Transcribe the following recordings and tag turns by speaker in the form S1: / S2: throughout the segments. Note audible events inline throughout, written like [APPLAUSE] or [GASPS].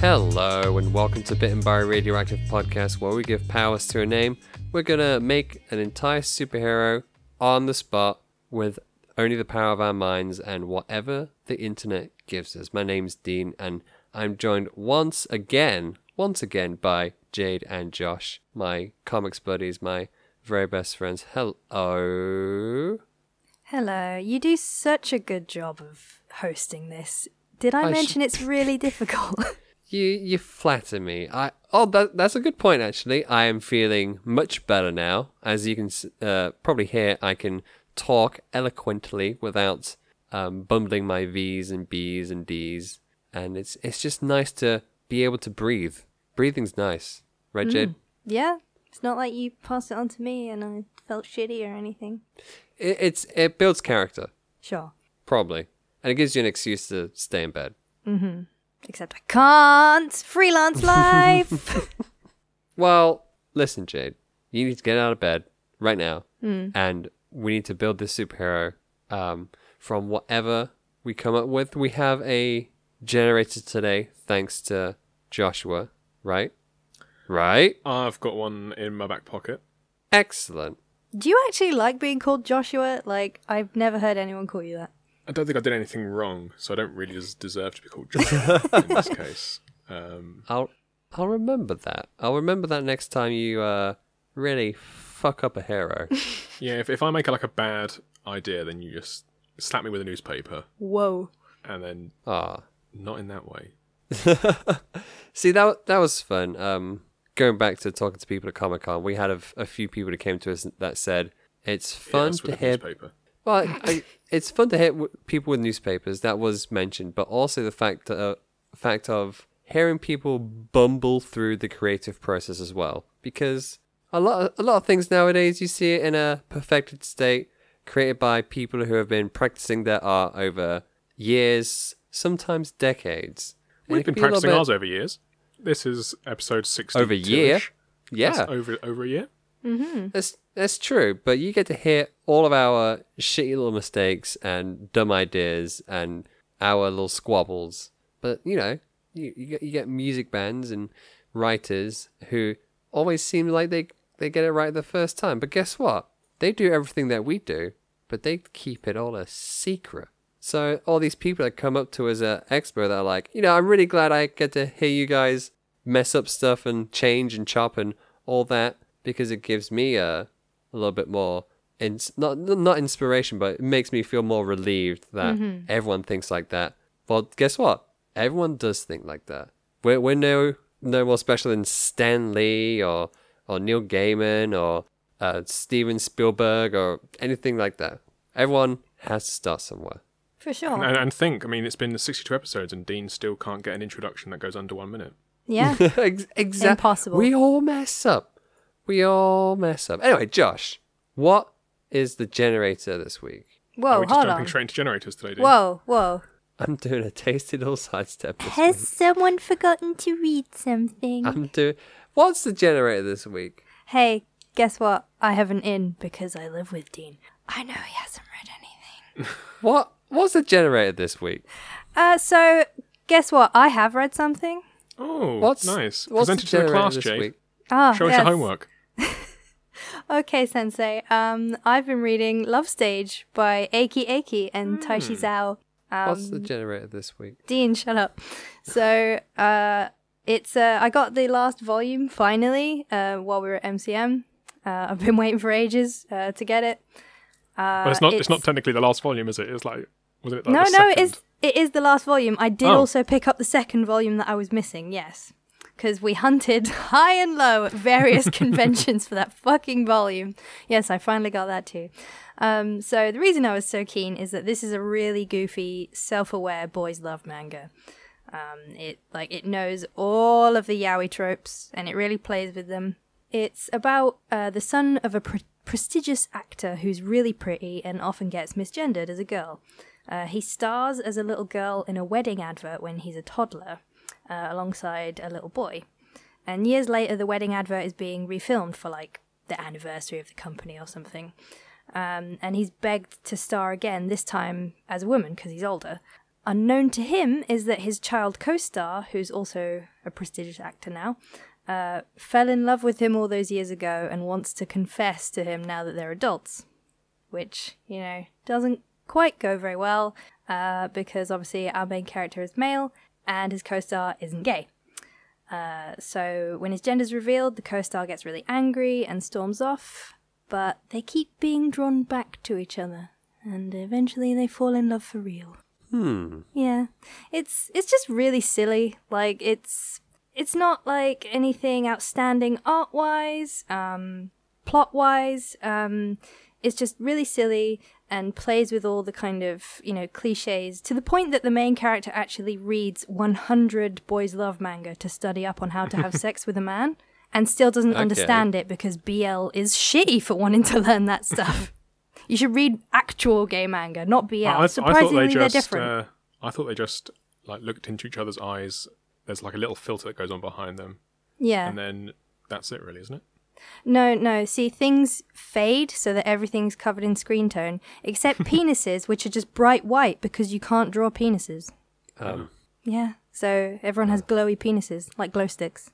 S1: Hello, and welcome to Bitten by a Radioactive Podcast, where we give powers to a name. We're gonna make an entire superhero on the spot with only the power of our minds and whatever the internet gives us. My name's Dean, and I'm joined once again, once again by Jade and Josh, my comics buddies, my very best friends. Hello.
S2: Hello. You do such a good job of hosting this. Did I,
S1: I sh-
S2: mention it's really difficult? [LAUGHS]
S1: You you flatter me. I oh that that's a good point actually. I am feeling much better now, as you can s- uh, probably hear. I can talk eloquently without um, bumbling my V's and B's and D's, and it's it's just nice to be able to breathe. Breathing's nice, right, Jade?
S2: yeah. It's not like you pass it on to me and I felt shitty or anything.
S1: It, it's it builds character
S2: Sure.
S1: probably, and it gives you an excuse to stay in bed.
S2: Except I can't. Freelance life. [LAUGHS]
S1: Well, listen, Jade, you need to get out of bed right now, and we need to build this superhero um, from whatever we come up with. We have a generator today, thanks to Joshua, right? Right?
S3: I've got one in my back pocket.
S1: Excellent.
S2: do you actually like being called Joshua? Like, I've never heard anyone call you that.
S3: I don't think I did anything wrong, so I don't really des- deserve to be called Joshua
S1: [LAUGHS]
S3: in this case. Um,
S1: I'll I'll remember that. I'll remember that next time you uh, really fuck up a hero.
S3: yeah, if, if I make like a bad idea, then you just slap me with a newspaper,
S2: Whoa.
S3: and then
S1: Ah.
S3: not in that way.
S1: See that that was fun. Um, going back to talking to people at Comic Con, we had a, a few people that came to us that said it's
S3: Hit
S1: fun
S3: us
S1: to
S3: with a
S1: hear.
S3: newspaper.
S1: Well, I, I- it's fun to hear w- people with newspapers. That was mentioned, but also the fact uh, fact of hearing people bumble through the creative process as well, because a lot of, a lot of things nowadays you see it in a perfected state, created by people who have been practicing their art over years, sometimes decades. And
S3: We've
S1: it can
S3: been
S1: be a little
S3: practicing
S1: bit-
S3: ours over years. This is episode sixty.
S1: Over a year? Yeah,
S3: That's over over a year.
S1: That's that's true, but you get to hear all of our shitty little mistakes and dumb ideas and our little squabbles. But you know, you you get, you get music bands and writers who always seem like they they get it right the first time. But guess what? They do everything that we do, but they keep it all a secret. So all these people that come up to us at Expo, they're like, you know, I'm really glad I get to hear you guys mess up stuff and change and chop and all that because it gives me a, a little bit more ins- not not inspiration, but it makes me feel more relieved that everyone thinks like that. Well, guess what? Everyone does think like that. We're we're no no more special than Stan Lee or or Neil Gaiman or uh, Steven Spielberg or anything like that. Everyone has to start somewhere.
S2: For sure.
S3: And, and think, I mean, it's been sixty-two episodes, and Dean still can't get an introduction that goes under one minute.
S1: [LAUGHS]
S2: Yeah.
S1: exactly.
S2: Impossible.
S1: We all mess up. We all mess up. Anyway, Josh, what is the generator this week?
S3: Are
S2: Whoa,
S3: we just
S2: hold
S3: jumping
S2: on.
S3: straight into generators today, Dean?
S2: Whoa, whoa.
S1: I'm doing a tasty little sidestep. This
S2: Has
S1: week.
S2: someone forgotten to read something?
S1: I'm doing. What's the generator this week?
S2: Hey, guess what? I have an in because I live with Dean. I know he hasn't read anything.
S1: What? What's the generator this week?
S2: Uh, so guess what? I have read something.
S3: Oh,
S1: What's
S3: nice.
S1: What's
S3: Presented
S1: the
S3: to the
S1: generator
S3: class,
S1: this
S3: Jade.
S1: week?
S2: Ah,
S3: Show us
S2: yes.
S3: your homework.
S2: Okay, Sensei. Um, I've been reading Love Stage by Aki Aki and Taishi Zhao.
S1: What's the
S2: Um,
S1: generator this week?
S2: Dean, shut up. So, uh, it's uh, I got the last volume finally. Uh, while we were at MCM, uh, I've been waiting for ages uh, to get it. Uh,
S3: Well, it's not. It's... not technically the last volume, is it? It's like wasn't it? Like
S2: no,
S3: the
S2: no, it
S3: second?
S2: is it is the last volume. I did
S3: Oh.
S2: also pick up the second volume that I was missing. Yes, because we hunted [LAUGHS] high and low at
S3: [LAUGHS]
S2: various conventions for that fucking volume. Yes, I finally got that too. Um, so the reason I was so keen is that this is a really goofy, self-aware boys love manga. Um, it like it knows all of the yaoi tropes and it really plays with them. It's about uh, the son of a pre- prestigious actor who's really pretty and often gets misgendered as a girl. Uh, he stars as a little girl in a wedding advert when he's a toddler, uh, alongside a little boy. And years later, the wedding advert is being refilmed for like the anniversary of the company or something. Um, and he's begged to star again, this time as a woman because he's older. Unknown to him is that his child co star, who's also a prestigious actor now, uh, fell in love with him all those years ago and wants to confess to him now that they're adults. Which, you know, doesn't quite go very well uh, because obviously our main character is male and his co star isn't gay. Uh, so when his gender's revealed, the co star gets really angry and storms off, but they keep being drawn back to each other and eventually they fall in love for real.
S1: Hmm.
S2: Yeah. It's it's just really silly. Like it's it's not like anything outstanding art wise, um, plot wise. Um, it's just really silly and plays with all the kind of you know cliches to the point that the main character actually reads 100 boys love manga to study up on how to
S3: [LAUGHS]
S2: have sex with a man and still doesn't
S1: Okay.
S2: understand it because BL is shitty for wanting to learn that stuff.
S3: [LAUGHS]
S2: you should read actual gay manga, not BL.
S3: I, I thought
S2: Surprisingly,
S3: they
S2: they're
S3: just.
S2: different.
S3: Uh, I thought they just like looked into each other's eyes. There's like a little filter that goes on behind them,
S2: yeah.
S3: and then that's it, really, isn't it?
S2: No, no. See, things fade so that everything's covered in screen tone, except penises, which are just bright white because you can't draw penises.
S1: Um,
S2: Yeah. So everyone has glowy penises, like glow sticks.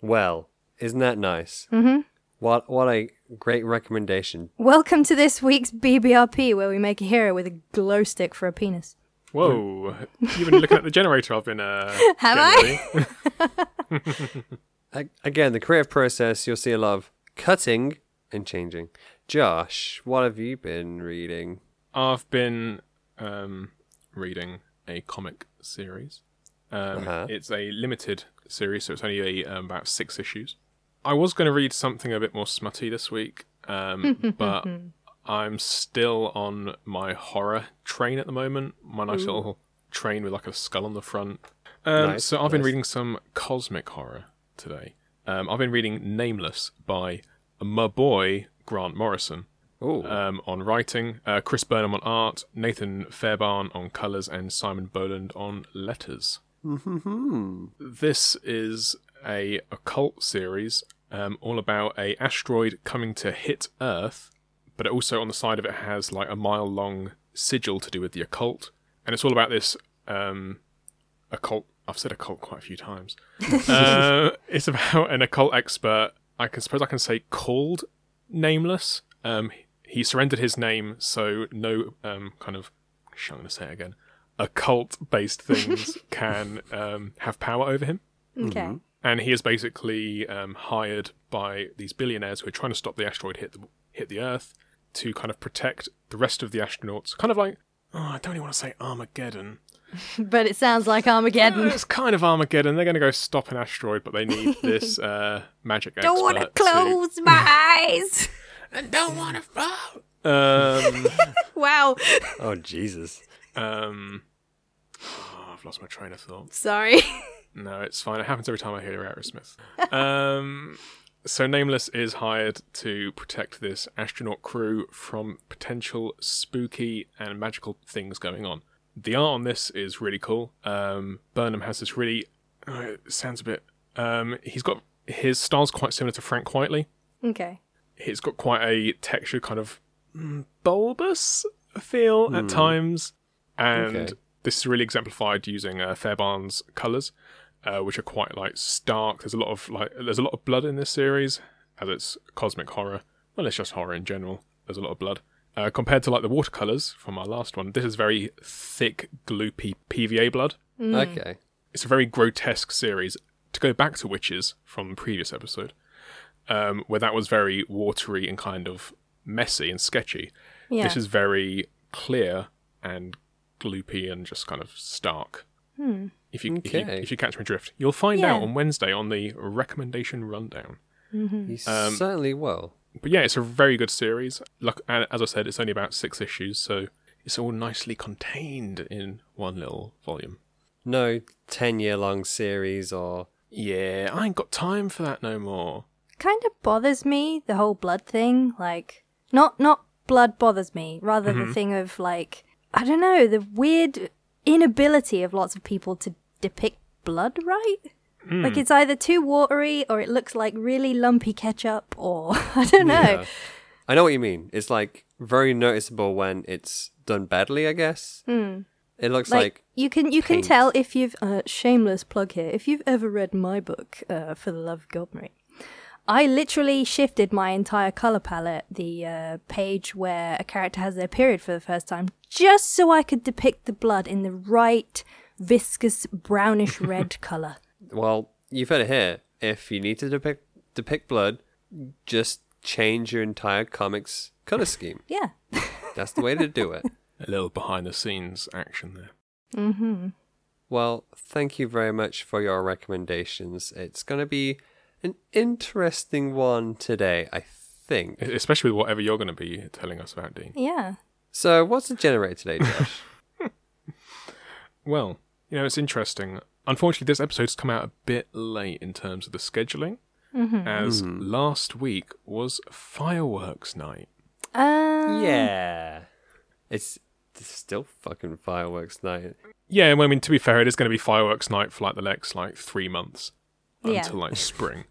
S1: well, isn't that nice? Mm-hmm. What what a great recommendation.
S2: Welcome to this week's BBRP, where we make a hero with a glow stick for a penis.
S3: Whoa! You've been looking at the generator. I've been. Uh,
S2: Hmm. [LAUGHS] Have I?
S3: I?
S1: A- again, the creative process. You'll see a lot of cutting and changing. Josh, what have you been reading?
S3: I've been um, reading a comic series. Um,
S1: Uh-huh.
S3: It's a limited series, so it's only a, um, about six issues. I was going to read something a bit more smutty this week,
S1: [LAUGHS]
S3: um, but I'm still on my horror train at the moment. My nice little train with like a skull on the front. Um,
S1: Nice,
S3: so I've been
S1: nice.
S3: reading some cosmic horror today. Um, I've been reading Nameless by my boy Grant Morrison
S1: Oh,
S3: um, on writing, uh, Chris Burnham on art, Nathan Fairbairn on colours, and Simon Boland on letters. this is a occult series um, all about a asteroid coming to hit Earth, but it also on the side of it has like a mile long sigil to do with the occult, and it's all about this um, occult. I've said occult quite a few times. uh, it's about an occult expert. I can suppose I can say called nameless. Um, he surrendered his name, so no um, kind of. sh- I'm going to say it again. Occult-based things can um, have power over him,
S2: Okay.
S3: and he is basically um, hired by these billionaires who are trying to stop the asteroid hit the hit the Earth to kind of protect the rest of the astronauts. Kind of like oh, I don't even want to say Armageddon.
S2: But it sounds like Armageddon.
S3: Uh, It's kind of Armageddon. They're going to go stop an asteroid, but they need this uh, magic
S2: Don't want to
S3: expert
S2: close my eyes. [LAUGHS]
S3: And don't want to vote. Um,
S2: wow.
S1: oh Jesus!
S3: um, [LAUGHS] oh, I've lost my train of thought.
S2: Sorry.
S3: No, it's fine. It happens every time I hear Aerosmith. um, so Nameless is hired to protect this astronaut crew from potential spooky and magical things going on. The art on this is really cool. Um, Burnham has this really. Oh, it sounds a bit. Um, he's got his style's quite similar to Frank Whiteley.
S2: okay.
S3: It's got quite a texture, kind of mm, bulbous feel at times, and
S1: Okay.
S3: this is really exemplified using uh, Fairbairn's colours, uh, which are quite like stark. There's a lot of like there's a lot of blood in this series, as it's cosmic horror. Well, it's just horror in general. There's a lot of blood. Uh, compared to like the watercolors from our last one, this is very thick, gloopy PVA blood
S1: Okay.
S3: it's a very grotesque series. To go back to witches from the previous episode, um, where that was very watery and kind of messy and sketchy,
S2: Yeah.
S3: this is very clear and gloopy and just kind of stark. If you, if you
S1: Okay.
S3: if you catch my drift, you'll find
S2: Hmm. Yeah.
S3: out on Wednesday on the recommendation rundown.
S1: You certainly will.
S3: But yeah, it's a very good series. Like a- as I said, it's only about six issues, so it's all nicely contained in one little volume.
S1: No ten-year-long series or
S3: Yeah, I ain't got time for that no more.
S2: kind of bothers me the whole blood thing like not not blood bothers me rather the thing of like i don't know the weird inability of lots of people to depict blood right like it's either too watery or it looks like really lumpy ketchup or [LAUGHS] i don't know
S1: Yeah. I know what you mean. It's like very noticeable when it's done badly, I guess. It looks
S2: like,
S1: like,
S2: you can you
S1: paint.
S2: can tell if you've uh, shameless plug here if you've ever read my book uh, for the love of god Mary, i literally shifted my entire color palette the uh, page where a character has their period for the first time just so i could depict the blood in the right
S1: [LAUGHS]
S2: viscous brownish red color
S1: well, you've heard it here. If you need to depict depict blood, just change your entire comics color scheme.
S2: yeah
S1: That's the way to do it.
S3: A little behind the scenes action there.
S2: mm-hmm
S1: Well, thank you very much for your recommendations. It's going to be an interesting one today, I think.
S3: E- Especially with whatever you're going to be telling us about, Dean.
S2: yeah
S1: So, what's the generator today, Josh?
S3: Well, you know, it's interesting. Unfortunately, this episode's come out a bit late in terms of the scheduling, as last week was fireworks night.
S2: um,
S1: yeah. It's, it's still fucking fireworks night.
S3: Yeah, I mean, to be fair, it is going to be fireworks night for like the next like three months
S2: Yeah.
S3: until like spring.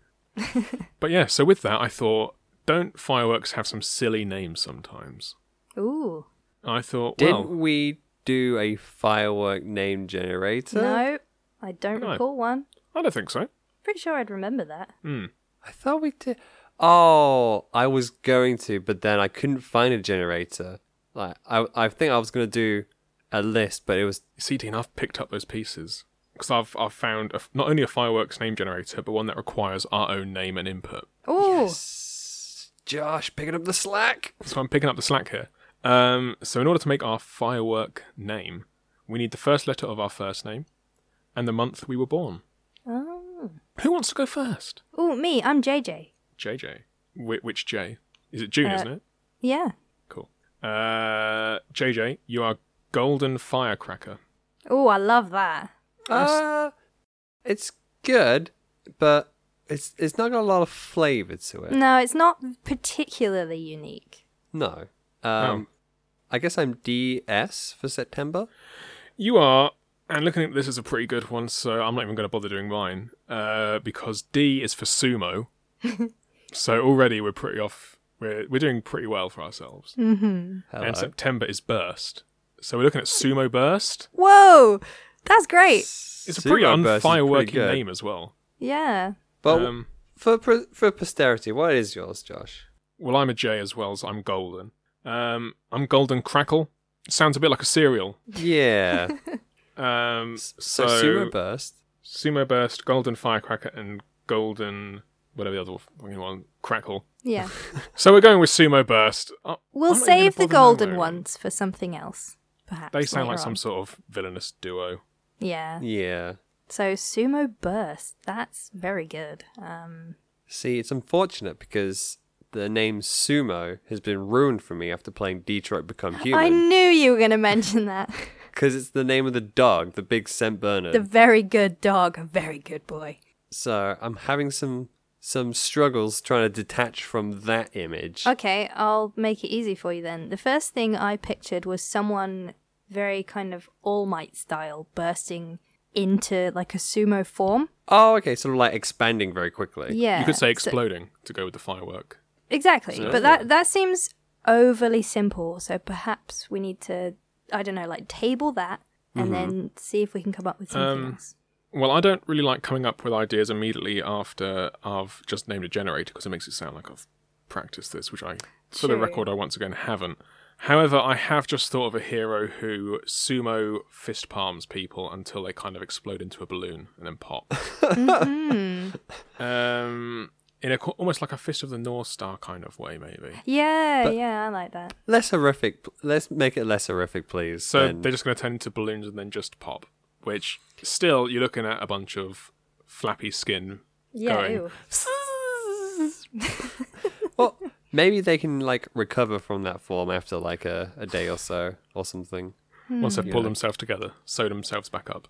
S3: but yeah, so with that, I thought, don't fireworks have some silly names sometimes?
S2: ooh
S3: I thought,
S1: Did
S3: well,
S1: we do a firework name generator?
S2: no i don't
S3: No.
S2: recall one
S3: I don't think so.
S2: pretty sure i'd remember that
S3: Hmm.
S1: I thought we did. Oh, I was going to, but then I couldn't find a generator. Like, I, I think I was going to do a list, but it was
S3: You See, Dean, I've picked up those pieces because I've I've found a f not only a fireworks name generator, but one that requires our own name and input.
S2: ooh
S1: Yes. Josh picking up the slack.
S3: So I'm picking up the slack here. Um, so in order to make our firework name, we need the first letter of our first name and the month we were born.
S2: oh
S3: Who wants to go first?
S2: ooh me i'm jj
S3: JJ. Wh- which J? Is it June,
S2: Uh,
S3: isn't it?
S2: yeah
S3: Cool. Uh, JJ, you are golden firecracker.
S2: Oh, I love that.
S1: Uh, it's good, but it's it's not got a lot of flavor to it.
S2: No, it's not particularly unique.
S1: No.
S3: Oh.
S1: Um, I guess I'm DS for September.
S3: You are, and looking at this is a pretty good one, so I'm not even going to bother doing mine uh, because D is for
S1: [LAUGHS]
S3: sumo. so already we're pretty off. We're we're doing pretty well for ourselves.
S1: Mm.
S2: Mm-hmm.
S1: Hello.
S3: And September is burst. So we're looking at sumo burst.
S2: Whoa, that's great.
S3: It's a pretty
S1: Sumo Burst is pretty
S3: unfireworking
S1: good.
S3: name as well.
S2: Yeah.
S1: But
S3: um,
S1: for pr- for posterity, what is yours, Josh?
S3: well, I'm a J as well, so I'm golden. Um, I'm golden crackle. Sounds a bit like a cereal. [LAUGHS]
S1: Yeah.
S3: Um,
S1: so
S3: so
S1: Sumo Burst.
S3: Sumo Burst, Golden Firecracker, and Golden whatever the other fucking one Crackle. [LAUGHS]
S2: Yeah.
S3: So we're going with Sumo Burst. I-
S2: We'll
S3: I'm not even
S2: save the
S3: gonna bother
S2: golden
S3: knowing.
S2: ones for something else, perhaps.
S3: They sound like
S2: later
S3: some
S2: on.
S3: sort of villainous duo.
S2: Yeah.
S1: Yeah.
S2: So sumo burst. That's very good. Um.
S1: See, it's unfortunate because the name Sumo has been ruined for me after playing Detroit Become
S2: I
S1: Human
S2: knew you were going to
S3: [LAUGHS]
S2: mention that.
S1: because it's the name of the dog, the big Saint Bernard.
S2: the very good dog, a very good boy.
S1: So I'm having some some struggles trying to detach from that image.
S2: Okay, I'll make it easy for you then. The first thing I pictured was someone very kind of All Might style bursting into like a sumo form.
S1: Oh, okay, sort of like expanding very quickly.
S2: Yeah.
S3: you could say
S2: so-
S3: exploding to go with the firework.
S2: exactly.
S1: So-
S2: but that that seems overly simple, so perhaps we need to I don't know, like table that and then see if we can come up with something
S3: Mm-hmm. Um,
S2: else.
S3: Well, I don't really like coming up with ideas immediately after I've just named a generator because it makes it sound like I've practiced this, which I, for the
S2: True.
S3: record, I once again haven't. However, I have just thought of a hero who sumo fist palms people until they kind of explode into a balloon and then pop.
S2: Mm-hmm.
S3: um, in a, co- almost like a fist of the North Star kind of way, maybe.
S2: Yeah,
S1: but-
S2: yeah, I like that.
S1: Less horrific. Let's make it less horrific, please.
S3: So
S1: then.
S2: [LAUGHS]
S3: they're just going to turn into balloons and then just pop, which still you're looking at a bunch of flappy skin
S2: Yeah,
S3: going.
S2: ew.
S1: [LAUGHS] well, maybe they can like recover from that form after like a, a day or so or something.
S3: once they've
S1: Yeah.
S3: pulled themselves together, sewed themselves back up.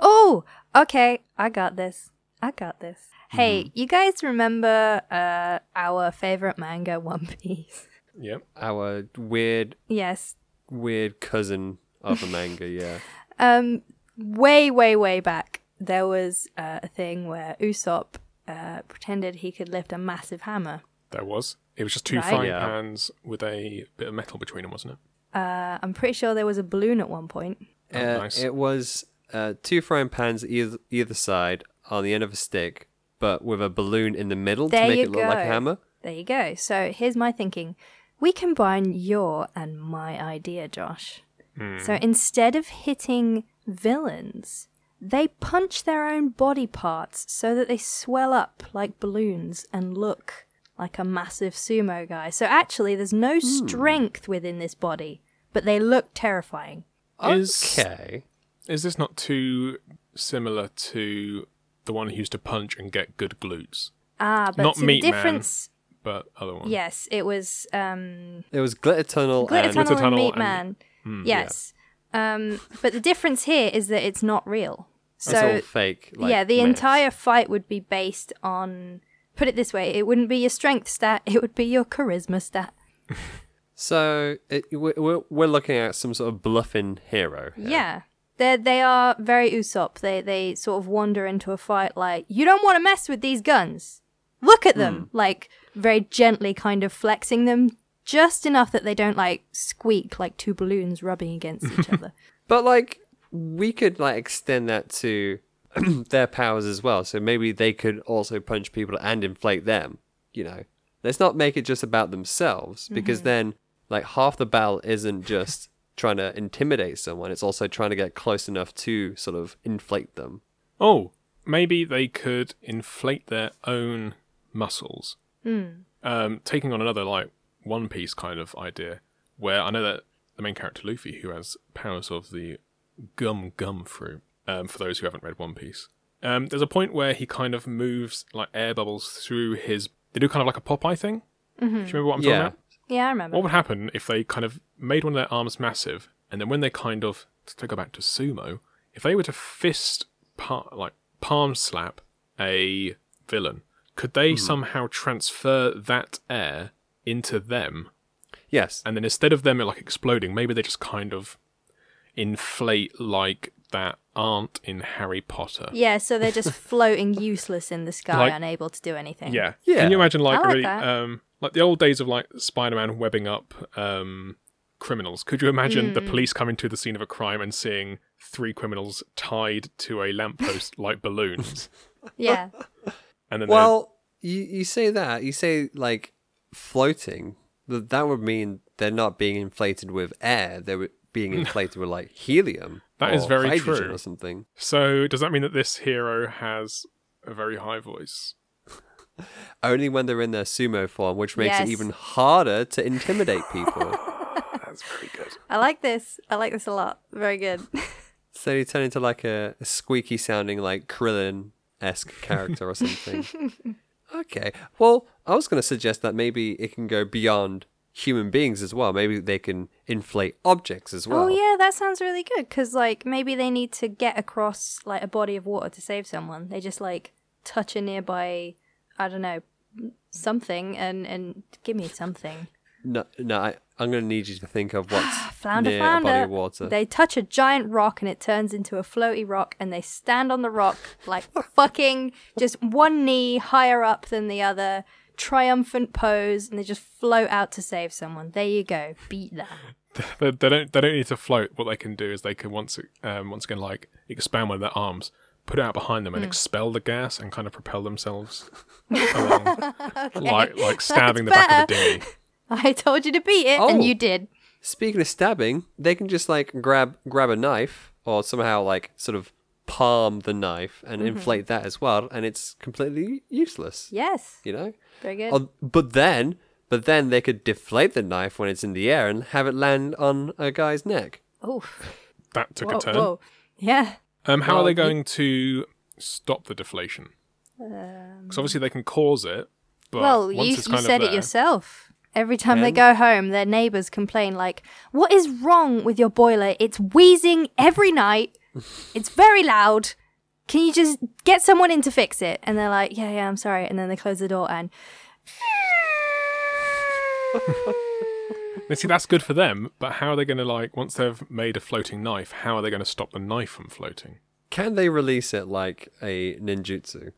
S2: Oh, okay. I got this. I got this. Hey,
S3: Mm-hmm.
S2: you guys remember uh, our favorite manga, One Piece? [LAUGHS]
S3: Yep.
S1: Our weird
S2: yes.
S1: weird cousin of a manga. Yeah.
S2: Um, way, way, way back, there was uh, a thing where Usopp uh, pretended he could lift a massive hammer.
S3: There was. It was just two
S2: Right.
S3: frying
S1: Yeah.
S3: pans with a bit of metal between them, wasn't it?
S2: Uh, I'm pretty sure there was a balloon at one point.
S1: Uh,
S3: Oh, nice.
S1: It was uh, two frying pans either either side on the end of a stick, but with a balloon in the middle
S2: There
S1: to make
S2: you
S1: it look like a
S2: go.
S1: hammer.
S2: There you go. So here's my thinking. We combine your and my idea, Josh.
S3: Hmm.
S2: So instead of hitting villains, they punch their own body parts so that they swell up like balloons and look like a massive sumo guy. So actually, there's no
S3: Hmm.
S2: strength within this body, but they look terrifying.
S3: Is-
S1: Okay.
S3: Is this not too similar to the one who used to punch and get good glutes?
S2: Ah, but
S3: Not
S2: see,
S3: Meat
S2: the
S3: Man.
S2: difference.
S3: But other one.
S2: Yes, it was um,
S1: It was glitter Uh, tunnel
S2: Glitter
S1: and
S2: Tunnel
S3: Glitter
S2: and
S3: Tunnel
S2: Meat
S3: and-
S2: Man. yes. Um, but the difference here is that it's not real.
S1: it's all
S2: So,
S1: fake. like,
S2: yeah, the
S1: mess.
S2: entire fight would be based on. Put it this way it wouldn't be your strength stat, it would be your charisma stat.
S1: So it, we're we're- we're looking at some sort of bluffing hero. here.
S2: Yeah. They're, they are very Usopp. They, they sort of wander into a fight like, you don't want to mess with these guns. Look at them. Like, very gently kind of flexing them just enough that they don't like squeak like two balloons rubbing against each other.
S1: But like we could like extend that to [CLEARS THROAT] their powers as well. So maybe they could also punch people and inflate them, you know. Let's not make it just about themselves because then like half the battle isn't just [LAUGHS] trying to intimidate someone, it's also trying to get close enough to sort of inflate them.
S3: Oh, maybe they could inflate their own muscles. Um, taking on another like One Piece kind of idea, where I know that the main character Luffy, who has powers of the gum gum fruit, um, for those who haven't read One Piece, um, there's a point where he kind of moves like air bubbles through his. They do kind of like a Popeye thing. Do you remember what I'm talking
S1: Yeah.
S3: about?
S2: yeah, I remember.
S3: What would happen if they kind of made one of their arms massive, and then when they kind of to go back to sumo, if they were to fist pa- like palm slap a villain, could they somehow transfer that air into them,
S1: Yes.
S3: and then instead of them like exploding, maybe they just kind of inflate like that aunt in Harry Potter.
S2: Yeah, so they're
S3: [LAUGHS]
S2: just floating useless in the sky,
S3: Like-
S2: unable to do anything.
S3: Yeah.
S1: Yeah.
S3: Can you imagine like,
S2: I like
S3: really
S2: that.
S3: um like the old days of like Spider-Man webbing up um criminals. Could you imagine
S2: Hmm.
S3: the police coming to the scene of a crime and seeing three criminals tied to a [LAUGHS] lamppost like balloons?
S2: Yeah.
S3: And then well,
S1: Well, you you say that you say like floating. Th- That would mean they're not being inflated with air. They're
S3: [LAUGHS]
S1: being inflated with like helium.
S3: That is
S1: or
S3: very
S1: hydrogen
S3: true.
S1: Or something.
S3: so does that mean that this hero has a very high voice?
S1: Only when they're in their sumo form, which makes
S2: Yes.
S1: it even harder to intimidate
S2: [LAUGHS]
S1: people.
S3: That's very good.
S2: I like this. I like this a lot. Very good. [LAUGHS]
S1: so you turn into like a, a squeaky sounding like Krillin esque character or something.
S2: [LAUGHS]
S1: okay. Well, I was going to suggest that maybe it can go beyond human beings as well. Maybe they can inflate objects as well.
S2: oh, yeah, that sounds really good because, like, maybe they need to get across, like, a body of water to save someone. They just, like, touch a nearby, I don't know, something and, and give me something.
S1: No, no, I, I'm going to need you to think of what's
S2: [SIGHS] Flounder,
S1: near a body
S2: flounder.
S1: of water.
S2: They touch a giant rock and it turns into a floaty rock, and they stand on
S1: [LAUGHS]
S2: the rock like fucking just one knee higher up than the other, triumphant pose, and they just float out to save someone. There you go. Beat that. [LAUGHS]
S3: They, they don't they don't need to float. What they can do is they can once um, once again like expand one of their arms, put it out behind
S2: Hmm.
S3: them and expel the gas and kind of propel
S2: [LAUGHS]
S3: themselves along. Like like stabbing the back of a dinghy.
S2: I told you to beat it, and
S1: Oh.
S2: you did.
S1: Speaking of stabbing, they can just like grab grab a knife or somehow like sort of palm the knife and inflate that as well, and it's completely useless.
S2: Yes.
S1: You know.
S2: Very good.
S1: Or, but then, but then they could deflate the knife when it's in the air and have it land on a guy's neck.
S2: Oh,
S3: That took
S2: whoa,
S3: a turn.
S2: whoa. Yeah.
S3: Um, how
S1: Well,
S3: are they
S1: you-
S3: going to stop the deflation? Because obviously they can cause it, but
S2: Um, well,
S3: once
S2: you, you
S3: it's kind of
S2: said it
S3: there-
S2: yourself. Every time they go home, their neighbors complain, like, What is wrong with your boiler? It's wheezing every night. It's very loud. Can you just get someone in to fix it? And they're like, Yeah, yeah, I'm sorry. And then they close the door and
S3: And see, that's good for them, but how are they going to like once they've made a floating knife? How are they going to stop the knife from floating?
S1: Can they release it like a ninjutsu?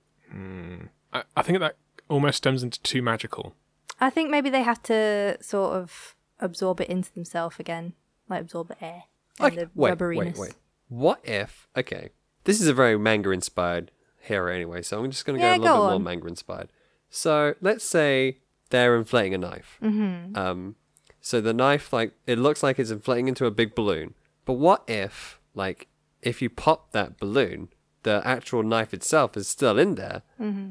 S3: I, I think that almost stems into too magical.
S2: I think maybe they have to sort of absorb it into themselves again, like absorb the air and
S1: Like-
S2: the
S1: wait, wait,
S2: rubberiness.
S1: wait. What if? Okay, this is a very manga inspired hero anyway, so I'm just going to
S2: Yeah,
S1: go a little
S2: go
S1: bit
S2: on.
S1: more manga inspired. So let's say they're inflating a knife. Mm-hmm. Um, so the knife, like, it looks like it's inflating into a big balloon. But what if, like, if you pop that balloon, the actual knife itself is still in there,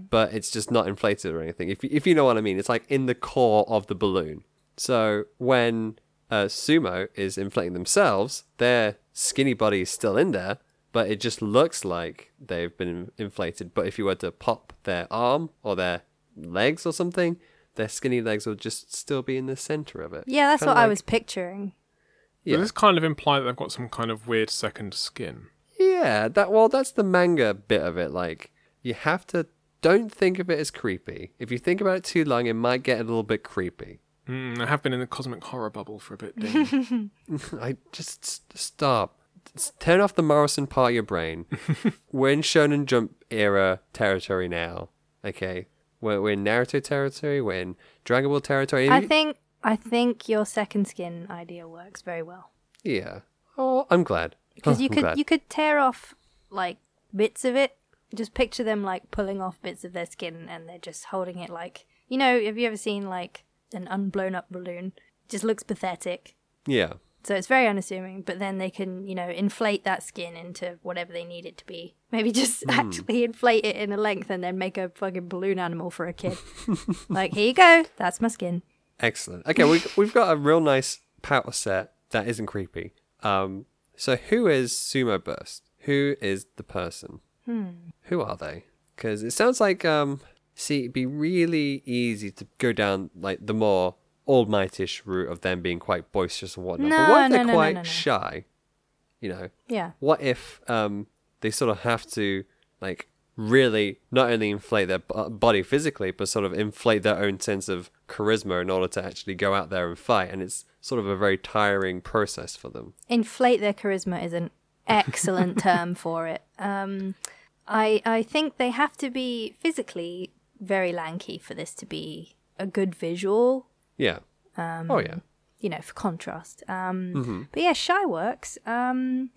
S1: but it's just not inflated or anything. If you, if you know what I mean, it's like in the core of the balloon. So when uh, Sumo is inflating themselves, their skinny body is still in there, but it just looks like they've been inflated. But if you were to pop their arm or their legs or something, their skinny legs will just still be in the center of it.
S2: Yeah, that's
S1: Kinda
S2: what I
S1: like-
S2: was picturing.
S1: Yeah.
S3: Does this kind of imply that they've got some kind of weird second skin?
S1: Yeah, that well, that's the manga bit of it. Like you have to don't think of it as creepy. If you think about it too long, it might get a little bit creepy. [LAUGHS]
S3: Mm, I have been in the cosmic horror bubble for a bit. Dean.
S1: I just s- stop. S- Turn off the Morrison part of your [LAUGHS] brain. we're in Shonen Jump era territory now. Okay, we're, we're in Naruto territory. We're in Dragon Ball territory.
S2: I think I think your second skin idea works very well
S1: yeah. Oh, I'm glad.
S2: because
S1: Oh,
S2: you
S1: [LAUGHS] I'm
S2: could
S1: glad.
S2: you could tear off like bits of it. Just picture them like pulling off bits of their skin and they're just holding it like you know. Have you ever seen like an unblown up balloon? Just looks pathetic.
S1: yeah.
S2: So it's very unassuming, but then they can, you know, inflate that skin into whatever they need it to be. [LAUGHS] Maybe just actually inflate it in a length and then make a fucking balloon animal for a kid. like, here you go, that's my skin.
S1: Excellent. Okay, we, we've got a real nice power set that isn't creepy. Um, so who is Sumo Burst? Who is the person?
S2: Hmm.
S1: Who are they? Because it sounds like, um, see, it'd be really easy to go down like the more almightish route of them being quite boisterous and whatnot. but
S2: No,
S1: what if
S2: no,
S1: they're
S2: no, no,
S1: quite
S2: no, no.
S1: shy? You know,
S2: Yeah.
S1: what if um, they sort of have to like really not only inflate their b- body physically but sort of inflate their own sense of charisma in order to actually go out there and fight and it's sort of a very tiring process for them
S2: Inflate their charisma is an excellent term for it. Um, I, I think they have to be physically very lanky for this to be a good visual
S1: yeah oh yeah
S2: you know, for contrast. Um, But yeah, shy works. Um,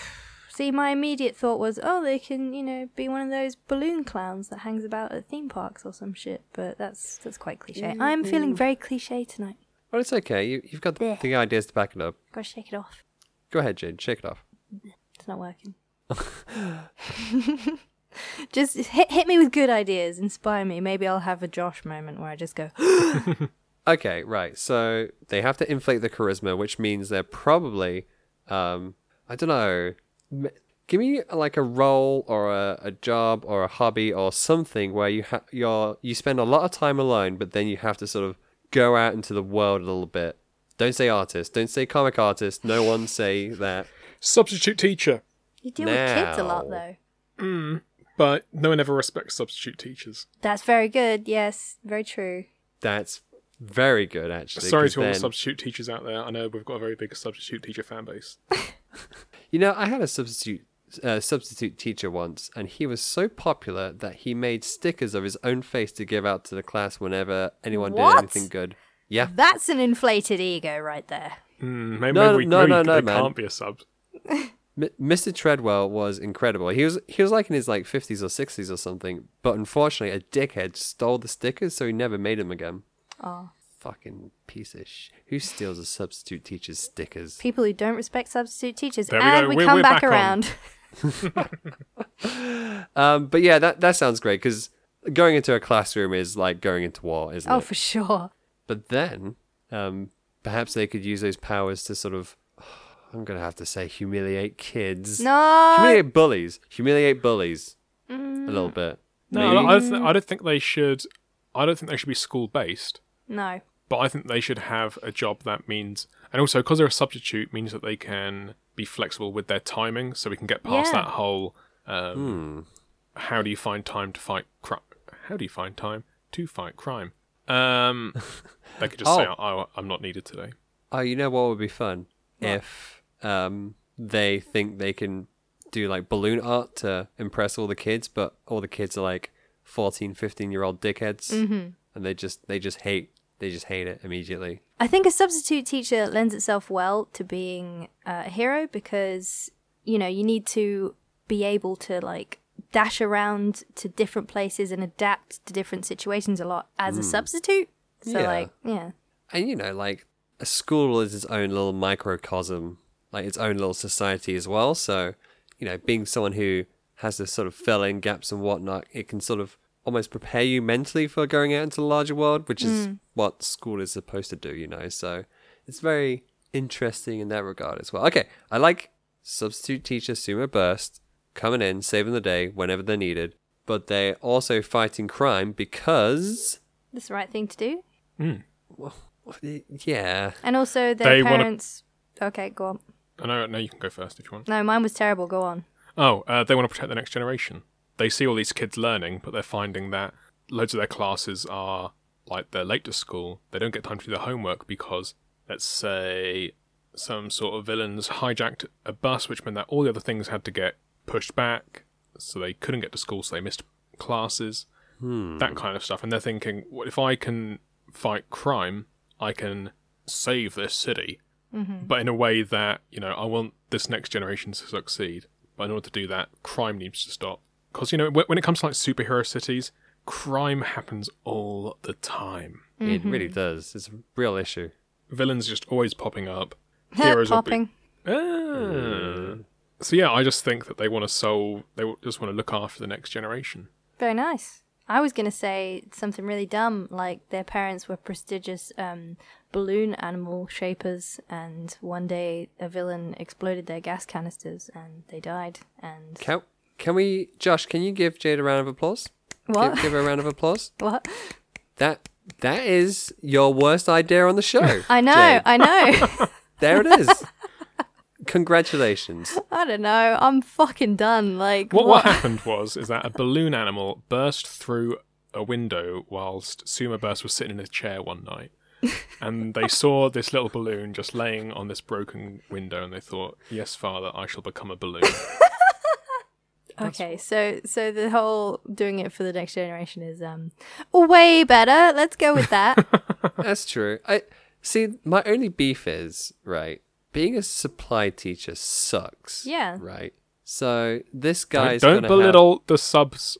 S2: [SIGHS] see, my immediate thought was, oh, they can, you know, be one of those balloon clowns that hangs about at theme parks or some shit. But that's that's quite cliche. I'm feeling very cliche tonight.
S1: but it's okay you, you've got the,
S2: Yeah.
S1: the ideas to back it up
S2: Gotta shake it off.
S1: go ahead jade shake it off
S2: It's not working. [LAUGHS] just hit hit me with good ideas, inspire me. Maybe I'll have a Josh moment where I just go, [GASPS]
S1: Okay, right. So they have to inflate the charisma, which means they're probably, um, I don't know. M- give me like a role or a, a job or a hobby or something where you ha- you're you spend a lot of time alone, but then you have to sort of go out into the world a little bit. Don't say artist. Don't say comic artist. No one say that.
S3: [LAUGHS] Substitute teacher.
S2: "You deal with kids a lot,
S1: Now.
S2: though."
S3: But no one ever respects substitute teachers.
S2: That's very good. Yes, very true.
S1: That's very good, actually.
S3: Sorry
S1: 'cause
S3: to all the
S1: then-
S3: substitute teachers out there. I know we've got a very big substitute teacher fan base.
S1: You know, I had a substitute uh, substitute teacher once, and he was so popular that he made stickers of his own face to give out to the class whenever anyone
S2: What?
S1: did anything good. Yeah,
S2: That's an inflated ego right there.
S1: [LAUGHS]
S3: Mm, maybe,
S1: No,
S3: maybe we,
S1: no,
S3: maybe
S1: no,
S3: they
S1: no, man.
S3: can't be a sub.
S1: M- Mr. Treadwell was incredible. He was he was like in his like fifties or sixties or something, but unfortunately, a dickhead stole the stickers, so he never made them again.
S2: Oh.
S1: Fucking piece of sh. Who steals a substitute teacher's stickers?
S2: people who don't respect substitute teachers.
S3: There we
S2: and
S3: go.
S2: we
S3: We're-
S2: come
S3: we're
S2: back,
S3: back on.
S2: around. [LAUGHS]
S1: Um, but yeah, that that sounds great because going into a classroom is like going into war, isn't it?
S2: oh, for sure.
S1: But then, um, perhaps they could use those powers to sort of, [SIGHS] I'm going to have to say, humiliate kids.
S2: No.
S1: Humiliate bullies. Humiliate bullies a little bit.
S3: No, I don't, think, I don't think they should. I don't think they should be school based.
S2: No.
S3: But I think they should have a job that means, and also because they're a substitute, means that they can be flexible with their timing, so we can get past
S2: Yeah.
S3: that whole. Um, How do you find time to fight crime? How do you find time to fight crime? Um, they could just say,
S1: Oh.
S3: oh, "I'm not needed today."
S1: Oh, you know what would be fun? If um, they think they can do like balloon art to impress all the kids, but all the kids are like 14, 15 year old dickheads. And they just they just hate they just hate it immediately.
S2: I think a substitute teacher lends itself well to being uh, a hero because you know you need to be able to like dash around to different places and adapt to different situations a lot as a
S3: Hmm.
S2: substitute. So
S1: Yeah.
S2: like yeah,
S1: And you know, like a school is its own little microcosm, like its own little society as well. So, you know, being someone who has to sort of fill in gaps and whatnot, it can sort of almost prepare you mentally for going out into the larger world, which is what school is supposed to do, you know. So it's very interesting in that regard as well. Okay, I like substitute teacher Suma Burst coming in, saving the day whenever they're needed, but they're also fighting crime because.
S2: that's the right thing to do.
S3: Hmm.
S1: well, Yeah.
S2: And also their
S3: They wanna-
S2: parents. Okay, go on.
S3: I know. No, you can go first if you want.
S2: No, mine was terrible. Go on. [LAUGHS]
S3: Oh, uh, they want to protect the next generation. They see all these kids learning, but they're finding that loads of their classes are like they're late to school. They don't get time to do their homework because, let's say, some sort of villains hijacked a bus, which meant that all the other things had to get pushed back, so they couldn't get to school, so they missed classes, that kind of stuff. And they're thinking, "What if I can fight crime? I can save this city but in a way that you know I want this next generation to succeed. But in order to do that, crime needs to stop because you know wh- when it comes to like superhero cities, crime happens all the time.
S1: It really
S2: Mm-hmm.
S1: does. It's a real issue.
S3: Villains just always popping up. will be-
S2: Popping.
S3: Ah. So yeah, I just think that they want to solve. They w- just want to look after the next generation.
S2: Very nice. I was going to say something really dumb, like their parents were prestigious um, balloon animal shapers, and one day a villain exploded their gas canisters and they died. And
S1: Can can we, Josh? Can you give Jade a round of applause?
S2: what?
S1: Give, give her a round of applause.
S2: [LAUGHS] what?
S1: That that is your worst idea on the show.
S2: [LAUGHS] I know,
S1: Jade.
S2: I
S3: [LAUGHS]
S2: know. [LAUGHS]
S1: There it is. Congratulations.
S2: I don't know. I'm fucking done. Like,
S3: What,
S2: what?
S3: what happened was is that a balloon animal burst through a window whilst Suma Burst was sitting in a chair
S1: [LAUGHS]
S3: one night. and they saw this little balloon just laying on this broken window and they thought, Yes, father, I shall become a balloon.
S2: Okay, so so the whole doing it for the next generation is um way better. Let's go with
S3: [LAUGHS]
S2: that.
S1: That's true. I see. My only beef is right. Being a supply teacher sucks.
S2: Yeah.
S1: Right. So this
S3: Don't,
S1: [LAUGHS] guy's
S3: don't
S1: gonna have-
S3: belittle the subs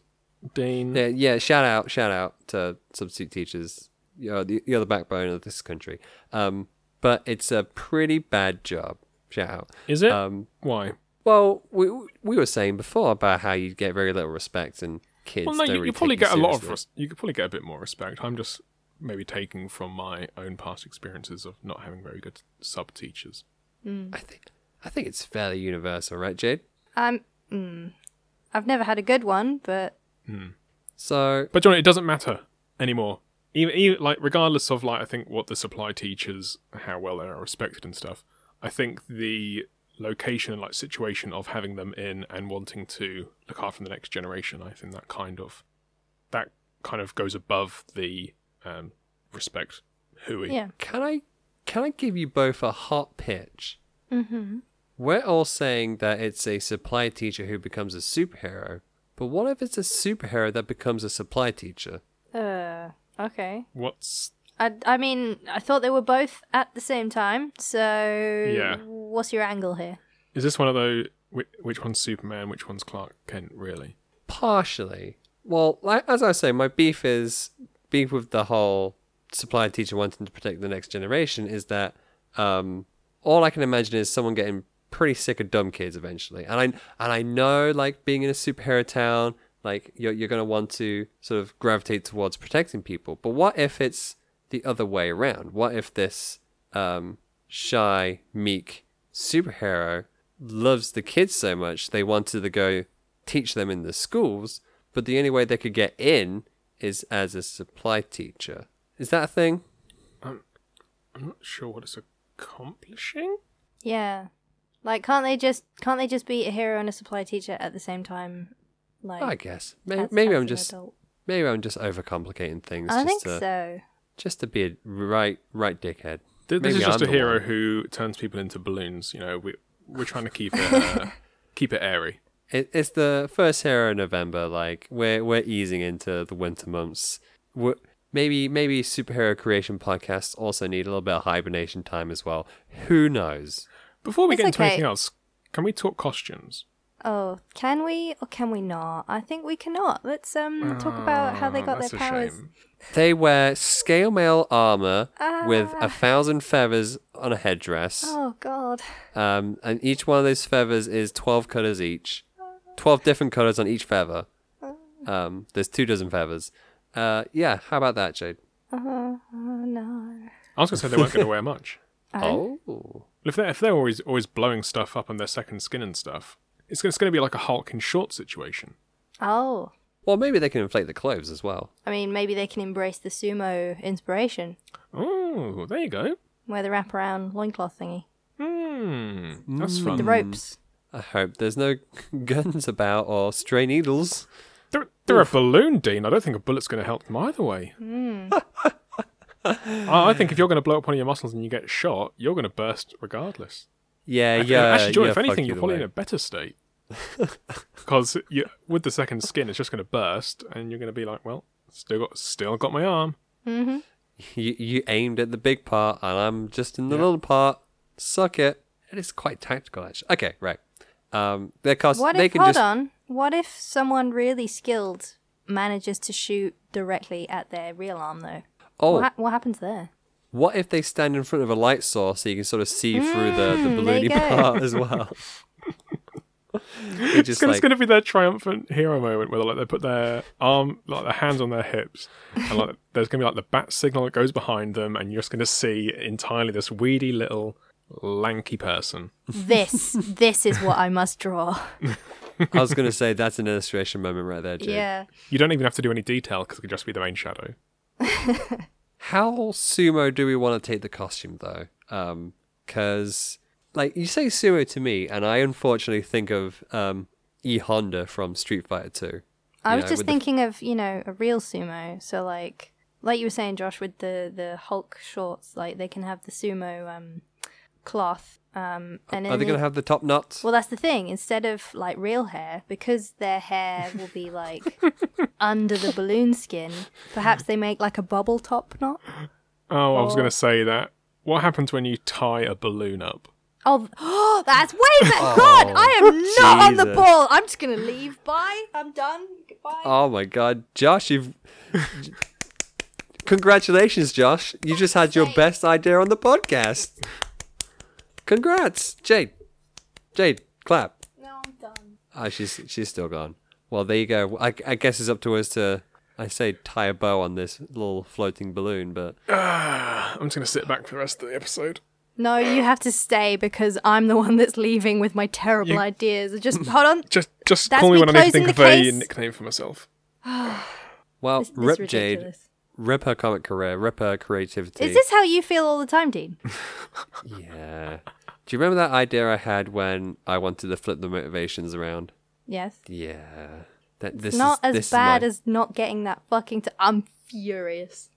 S3: Dean.
S1: Yeah, yeah. Shout out, shout out to substitute teachers. You're the, you're the backbone of this country. Um, but it's a pretty bad job. Shout out.
S3: Is it?
S1: Um,
S3: Why?
S1: well, we we were saying before about how you get very little respect and kids.
S3: Well no,
S1: don't
S3: you,
S1: really
S3: you probably
S1: take
S3: get a lot of
S1: seriously.
S3: res- you could probably get a bit more respect. I'm just maybe taking from my own past experiences of not having very good sub teachers.
S1: I think I think it's fairly universal, right, Jade?
S2: I'm. Mm, I've never had a good one, but
S1: So
S3: But John, it doesn't matter anymore. Even, even like regardless of like I think what the supply teachers how well they are respected and stuff. I think the location and like situation of having them in and wanting to look after the next generation. I think that kind of that kind of goes above the um, respect hooey.
S2: yeah.
S1: can I can I give you both a hot pitch?
S2: Mm-hmm.
S1: We're all saying that it's a supply teacher who becomes a superhero, but what if it's a superhero that becomes a supply teacher?
S2: Uh. Okay.
S3: What's
S2: I, I mean, I thought they were both at the same time. So
S3: Yeah.
S2: What's your angle here?
S3: is this one of those? Which, which one's Superman? Which one's Clark Kent? Really?
S1: Partially. Well, like, as I say, my beef is beef with the whole supply teacher wanting to protect the next generation is that um, all I can imagine is someone getting pretty sick of dumb kids eventually, and I and I know like being in a superhero town, like you're you're gonna want to sort of gravitate towards protecting people. But what if it's the other way around? What if this um, shy, meek superhero loves the kids so much they wanted to go teach them in the schools, but the only way they could get in is as a supply teacher. Is that a thing?
S3: I'm not sure what it's accomplishing.
S2: Yeah. Like, can't they just can't they just be a hero and a supply teacher at the same time? Like,
S1: I guess. Maybe,
S2: as-
S1: maybe
S2: as
S1: I'm
S2: an
S1: just
S2: adult?
S1: maybe I'm just overcomplicating things.
S2: I
S1: just
S2: think
S1: to,
S2: so.
S1: Just to be a right right dickhead.
S3: Th- This
S1: Maybe
S3: is just
S1: I'm
S3: a
S1: the
S3: hero
S1: one.
S3: who turns people into balloons. You know, we we're trying to keep it [LAUGHS] uh, keep it airy.
S1: It, it's the first hero of November. Like we're we're easing into the winter months. We're, Maybe maybe superhero creation podcasts also need a little bit of hibernation time as well. Who knows?
S3: Before we
S2: It's
S3: get into
S2: okay.
S3: anything else, can we talk costumes?
S2: Oh, can we or can we not? I think we cannot. Let's um talk about how they
S3: Oh,
S1: Ah,
S2: got
S3: that's
S2: their
S3: a
S2: powers.
S3: shame.
S1: They wear scale mail armor with a thousand feathers on a headdress.
S2: Oh God.
S1: Um, and each one of those feathers is 12 colors each. 12 different colors on each feather. Um, there's two dozen feathers. Uh, yeah, how about that, Jade?
S2: Oh, oh no.
S3: I was going to say they
S2: [LAUGHS]
S3: weren't going to wear much.
S1: Oh.
S3: If they're, if they're always always blowing stuff up on their second skin and stuff, it's, gonna- it's going to be like a Hulk in short situation.
S2: Oh.
S1: Well, maybe they can inflate the clothes as well.
S2: I mean, maybe they can embrace the sumo inspiration,
S3: Oh, there you go.
S2: where the wraparound loincloth thingy,
S3: Hmm, that's fun.
S2: Mm. the ropes.
S1: I hope there's no [LAUGHS] guns about or stray needles.
S3: They're, they're a balloon, Dean. I don't think a bullet's going to help them either way.
S1: Hmm.
S3: I I think if you're going to blow up one of your muscles and you get shot, you're going to burst regardless.
S1: Yeah,
S3: If-
S1: yeah.
S3: Actually, John,
S1: uh, yeah,
S3: if
S1: fuck
S3: anything, you're
S1: either
S3: probably
S1: way.
S3: in a
S1: [LAUGHS]
S3: better state. Because with the second skin, it's just going to burst, and you're going to be like, well, still got, still got my arm.
S1: you, you aimed at the big part, and I'm just in the little part. Suck it. It is quite tactical, actually. Okay, right. Um, their cost.
S2: What
S1: they
S2: if?
S1: can
S2: Hold
S1: just.
S2: on. What if someone really skilled manages to shoot directly at their real arm, though?
S1: Oh,
S2: What, ha- what happens
S1: [LAUGHS]
S2: there?
S1: What if they stand in front of a light source so you can sort of see through the, the
S2: Hmm, there
S1: balloony
S2: you go.
S1: part as
S2: [LAUGHS]
S1: well? They
S3: It's
S1: just
S3: gonna,
S1: like,
S3: it's gonna be their triumphant hero moment where like they put their arm, like their hands on their hips,
S2: [LAUGHS]
S3: and like there's gonna be like the bat signal that goes behind them, and you're just gonna see entirely this weedy little lanky person.
S2: This, this is what I must
S1: [LAUGHS]
S2: draw.
S1: I was going to say that's an illustration moment right there, Jade.
S2: yeah.
S3: You don't even have to do any detail because it could just be the main shadow.
S1: How sumo do we want to take the costume though? Um, cause like you say sumo to me, and I unfortunately think of um E Honda from Street Fighter Two.
S2: I was just thinking of you know a real sumo. So like like you were saying, Josh, with the the Hulk shorts, like they can have the sumo um cloth. Um, and
S1: Are they
S2: in the-
S1: going to have the top knot?
S2: Well, that's the thing. Instead of like real hair, because their hair will
S1: [LAUGHS]
S2: be like under the balloon skin, perhaps they make like a bubble top knot.
S3: Oh, I was gonna say that. What happens when you tie a balloon up?
S2: Oh, [GASPS]
S1: [LAUGHS]
S2: that's way better. God, I am not on the
S1: Jesus.
S2: ball. I'm just gonna leave. Bye. I'm done. Goodbye.
S1: Oh my God, Josh, you've. Congratulations, Josh. You just had your best idea on the podcast. Congrats, Jade. Jade, clap.
S2: No, I'm done.
S1: Ah, she's she's still gone. Well, there you go. I, I guess it's up to us to, I say, tie a bow on this little floating balloon. But
S3: I'm just gonna sit back for the rest of the episode.
S2: No, you have to stay because I'm the one that's leaving with my terrible
S3: You-
S2: ideas. Just
S1: [LAUGHS]
S2: hold on.
S3: Just, just
S2: That's
S3: call me
S2: me
S3: when I need to
S2: closing
S3: think of
S2: the
S3: a
S2: case.
S3: nickname for myself.
S1: well,
S2: This, this is
S1: rip Jade,
S2: ridiculous.
S1: rip her comic career, rip her creativity.
S2: Is this how you feel all the
S1: [LAUGHS]
S2: time, Dean?
S1: Yeah. Do you remember that idea I had when I wanted to flip the motivations around?
S2: Yes.
S1: Yeah. That this
S2: not
S1: is,
S2: as
S1: this is
S2: bad
S1: my-
S2: as not getting that fucking. T- I'm furious.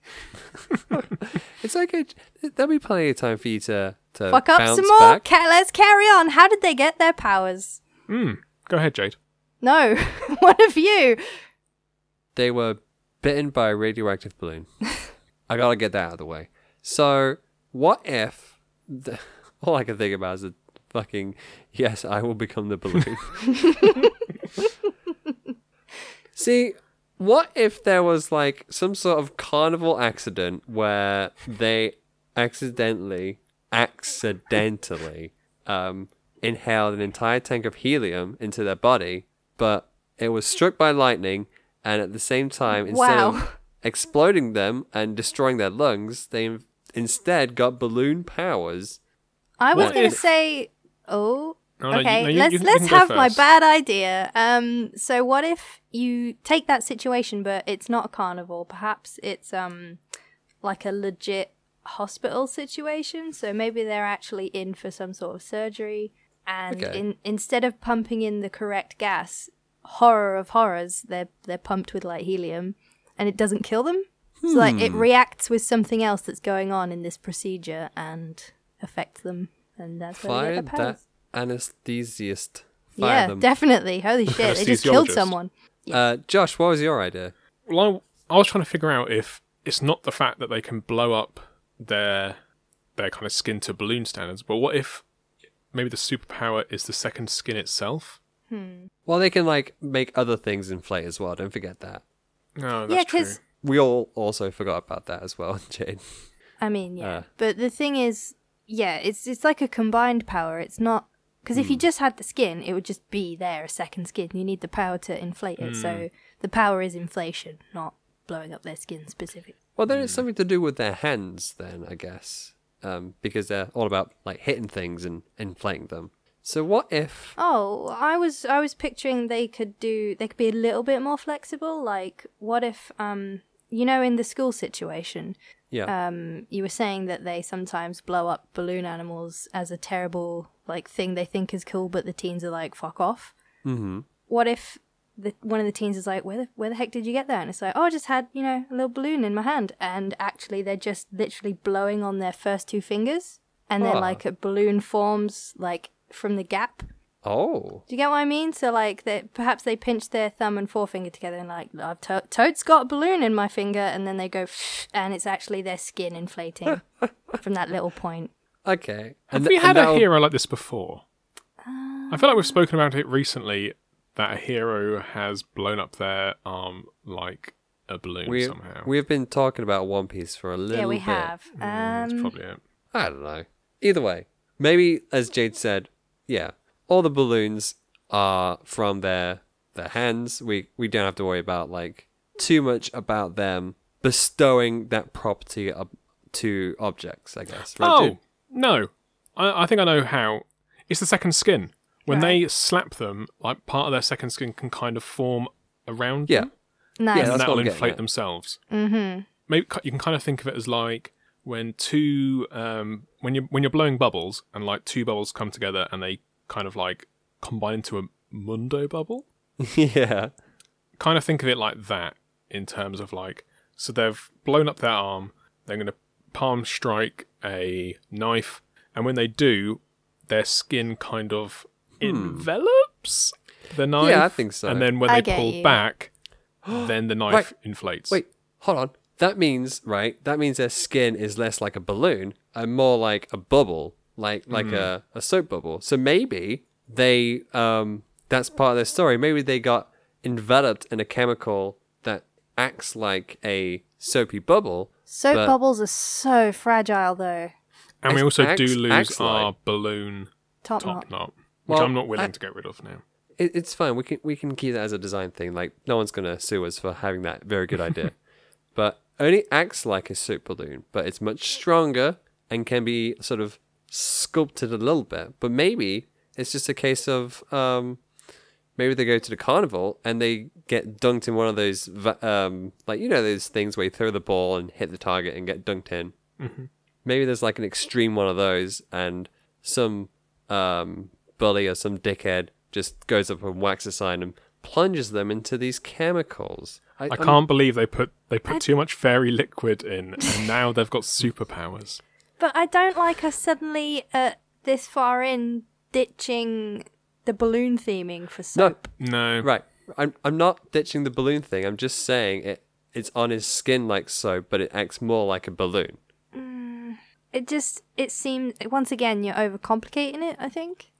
S1: it's okay. j- There'll be plenty of time for you to to
S2: Fuck up
S1: bounce
S2: some more.
S1: back.
S2: Ca- let's carry on. How did they get their powers?
S3: Go ahead, Jade.
S2: No, [LAUGHS] one of you.
S1: they were bitten by a radioactive
S2: [LAUGHS]
S1: balloon. I gotta get that out of the way. So what if? The, [LAUGHS] all I can think about is a fucking yes. I will become the balloon.
S2: [LAUGHS]
S1: See, what if there was like some sort of carnival accident where they accidentally, accidentally, um, inhaled an entire tank of helium into their body, but it was struck by lightning, and at the same time, instead
S2: Wow.
S1: of exploding them and destroying their lungs, they in- instead got balloon powers.
S2: I was
S3: What [LAUGHS]
S2: going to
S3: if-
S2: say, oh,
S3: No, no, you-
S2: okay.
S3: no, you-
S2: let's
S3: you- you
S2: let's
S3: can go
S2: have my
S3: first.
S2: bad idea. Um, so what if you take that situation, but it's not a carnival. Perhaps it's um, like a legit hospital situation. So maybe they're actually in for some sort of surgery, and
S1: Okay.
S2: in, instead of pumping in the correct gas, horror of horrors, they're they're pumped with like helium, and it doesn't kill them. So like
S1: Hmm.
S2: it reacts with something else that's going on in this procedure and affects them, and that's where they
S1: Fire
S2: get their
S1: that
S2: powers.
S1: anesthesiast. Fire
S2: Yeah,
S1: them. [LAUGHS]
S2: definitely. Holy shit, they just killed
S3: Anesthesiologist.
S2: someone.
S1: uh, Josh, what was your idea?
S3: Well, I, I was trying to figure out if it's not the fact that they can blow up their their kind of skin to balloon standards, but what if maybe the superpower is the second skin itself?
S1: Well, they can like make other things inflate as well. Don't forget that.
S3: No,
S2: yeah,
S3: Oh, that's true.
S2: because
S1: We all also forgot about that as well, [LAUGHS] Jade.
S2: I mean, yeah.
S1: Uh.
S2: But the thing is, yeah, it's it's like a combined power. It's not because if you
S1: Hmm.
S2: just had the skin, it would just be there a second skin. You need the power to inflate it.
S1: Hmm.
S2: So the power is inflation, not blowing up their skin specifically.
S1: Well, then
S3: Hmm.
S1: it's something to do with their hands, then I guess, um, because they're all about like hitting things and inflating them. So what if?
S2: Oh, I was I was picturing they could do they could be a little bit more flexible. Like, what if um you know in the school situation
S1: Yeah,
S2: um, you were saying that they sometimes blow up balloon animals as a terrible like thing they think is cool, but the teens are like, "Fuck off."
S1: Mhm.
S2: What if the, one of the teens is like, "Where the where the heck did you get that?" And it's like, "Oh, I just had you know a little balloon in my hand," and actually they're just literally blowing on their first two fingers, and
S1: Ah.
S2: then like a balloon forms like from the gap.
S1: oh,
S2: Do you get what I mean? So like that perhaps they pinch their thumb and forefinger together and like I've to- toad's got a balloon in my finger and then they go and it's actually their skin inflating from that little point.
S1: okay.
S3: Have
S1: And
S3: we
S1: th-
S3: had
S1: and
S3: a
S1: that'll-
S3: hero like this before? I feel like we've spoken about it recently that a hero has blown up their arm like a balloon
S1: We
S3: somehow.
S1: we have been talking about One Piece for a little
S2: yeah, we
S1: bit. Mm.
S2: have.
S3: That's
S2: Um,
S3: probably it.
S1: I don't know. Either way, maybe as Jade said, yeah, all the balloons are from their their hands. We we don't have to worry about like too much about them bestowing that property up to objects. I guess. Right,
S3: Oh
S1: dude?
S3: no, I, I think I know how. It's the second skin. When they slap them, like part of their second skin can kind of form around
S1: yeah, [LAUGHS]
S3: them,
S2: nice.
S1: Yeah,
S3: and
S1: that's what
S3: that will
S1: I'm getting
S3: inflate
S1: at.
S3: themselves.
S2: Mm-hmm.
S3: Maybe ki- you can kind of think of it as like when two, um, when you when you're blowing bubbles and like two bubbles come together and they kind of like combine into a mundo bubble.
S1: yeah.
S3: kind of think of it like that in terms of like so they've blown up their arm they're going to palm strike a knife and when they do their skin kind of envelops the knife
S1: Hmm. Yeah, I think so.
S3: and then when
S2: I
S3: they
S2: get
S3: pull
S2: you.
S3: back then the
S1: [GASPS]
S3: knife
S1: Right.
S3: inflates
S1: Wait, hold on. That means right. That means their skin is less like a balloon and more like a bubble, like like a, a soap bubble. So maybe they um that's part of their story. Maybe they got enveloped in a chemical that acts like a soapy bubble.
S2: Soap
S1: But-
S2: bubbles are so fragile though.
S3: and we also
S1: Axe-
S3: do lose
S1: axe
S3: our
S1: line.
S3: balloon
S2: Top,
S3: top
S2: knot.
S3: knot which
S1: Well,
S3: i'm not willing
S1: I-
S3: to get rid of now
S1: It, it's fine. We can we can keep that as a design thing. Like no one's gonna sue us for having that very good idea. but only acts like a soap balloon, but it's much stronger and can be sort of sculpted a little bit. But maybe it's just a case of um, maybe they go to the carnival and they get dunked in one of those va- um, like you know those things where you throw the ball and hit the target and get dunked in.
S3: Mm-hmm.
S1: Maybe there's like an extreme one of those, and some um, bully or some dickhead just goes up and whacks a sign and plunges them into these chemicals.
S3: I
S1: I'm-
S3: can't believe they put they put too much fairy liquid in, and now they've got
S1: [LAUGHS]
S3: superpowers.
S2: But I don't like us suddenly uh, this far in ditching the balloon theming for
S1: No,
S2: soap.
S3: No,
S1: Right. I'm I'm not ditching the balloon thing. I'm just saying it it's on his skin like so, but it acts more like a balloon.
S2: It just it seems once again you're overcomplicating it. I think.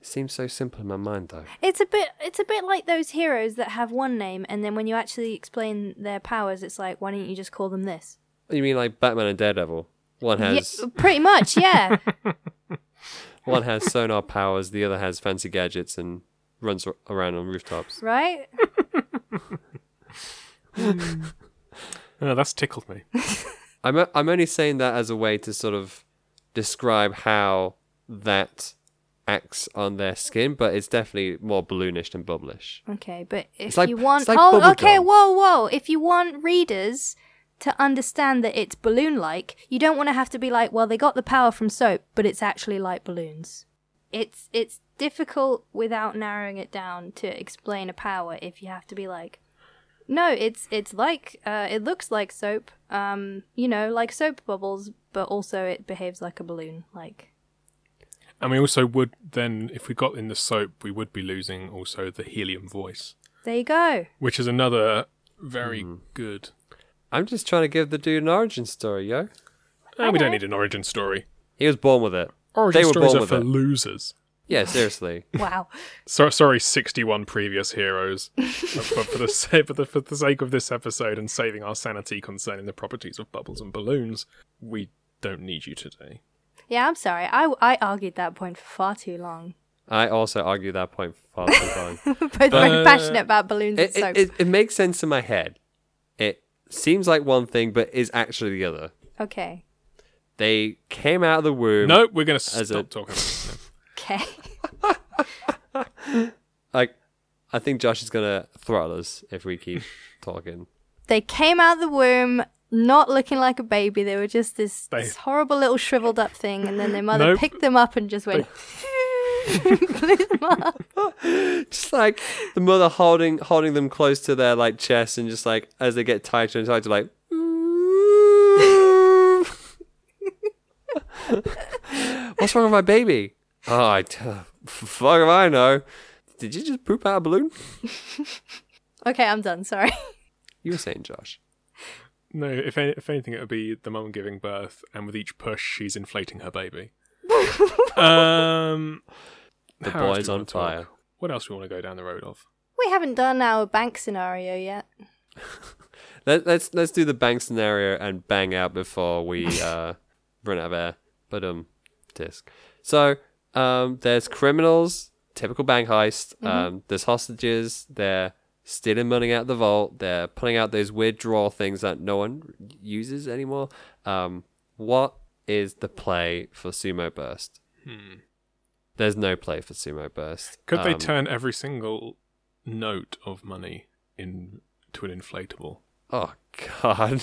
S1: It seems so simple in my mind though.
S2: It's a bit it's a bit like those heroes that have one name and then when you actually explain their powers it's like why don't you just call them this?
S1: You mean like Batman and Daredevil? One has
S2: Yeah, [LAUGHS] pretty much, yeah.
S1: one has sonar powers, the other has fancy gadgets and runs ar- around on rooftops.
S2: right?
S3: Oh, that's tickled me.
S1: I'm o- I'm only saying that as a way to sort of describe how that acts on their skin, but it's definitely more balloonish than bubblish.
S2: Okay, but if
S1: like-
S2: you want
S1: it's like
S2: Hold-
S1: bubblegum.
S2: okay, whoa, whoa. If you want readers to understand that it's balloon like, you don't want to have to be like, well, they got the power from soap, but it's actually like balloons. It's it's difficult without narrowing it down to explain a power if you have to be like no, it's it's like uh, it looks like soap, um, you know, like soap bubbles, but also it behaves like a balloon. Like
S3: And we also would then, if we got in the soap, we would be losing also the helium voice,
S2: there you go.
S1: Hmm.
S3: which is another very good
S1: I'm just trying to give the dude an origin story, yo.
S3: And eh, we don't need an origin story.
S1: He was born with it.
S3: Origin
S1: they were
S3: stories
S1: born
S3: are
S1: with
S3: for
S1: it.
S3: losers.
S1: yeah, seriously.
S2: Wow. [LAUGHS]
S3: So, sorry, 61 previous heroes. but for the, sake, for, the, for the sake of this episode and saving our sanity concerning the properties of bubbles and balloons, we don't need you today.
S2: Yeah, I'm sorry. I, I argued that point for far too long.
S1: I also argue that point for far too long.
S2: [LAUGHS] Both very passionate about balloons and
S1: uh, it,
S2: soap.
S1: it, it, it makes sense in my head. It seems like one thing, but is actually the other.
S2: okay.
S1: They came out of the womb.
S3: No, we're going to stop
S1: Um, As a-
S3: talking about this.
S2: Okay.
S1: Like, I think Josh is gonna throttle us if we keep talking.
S2: they came out of the womb not looking like a baby. They were just this,
S3: They-
S2: this horrible little shriveled up thing, and then their mother
S3: Nope.
S2: picked them up and just went. [LAUGHS] blew them up.
S1: Just like the mother holding holding them close to their like chest, and just like as they get tighter and tighter, like. [LAUGHS] What's wrong with my baby? Oh, I t- [LAUGHS] fuck if I know. Did you just poop out a balloon?
S2: Okay, I'm done. Sorry. [LAUGHS]
S1: You were saying, Josh.
S3: No, if, any, if anything, it would be the mum giving birth, and with each push, she's inflating
S2: [LAUGHS]
S3: her baby. um,
S1: The
S3: how else
S1: boy's
S3: do we
S1: on
S3: wanna talk?
S1: fire.
S3: What else do we want to go down the road of?
S2: We haven't done our bank scenario yet.
S1: Let, let's let's do the bank scenario and bang out before
S3: [LAUGHS]
S1: we uh, run out of air. But um, disc. So um, there's criminals, typical bank heist.
S3: Mm-hmm.
S1: Um, there's hostages. They're stealing money out of the vault. They're pulling out those weird draw things that no one uses anymore. Um, what is the play for Sumo Burst? There's no play for Sumo Burst.
S3: Hmm. Could they
S1: Um,
S3: turn every single note of money into an inflatable?
S1: Oh [LAUGHS] God.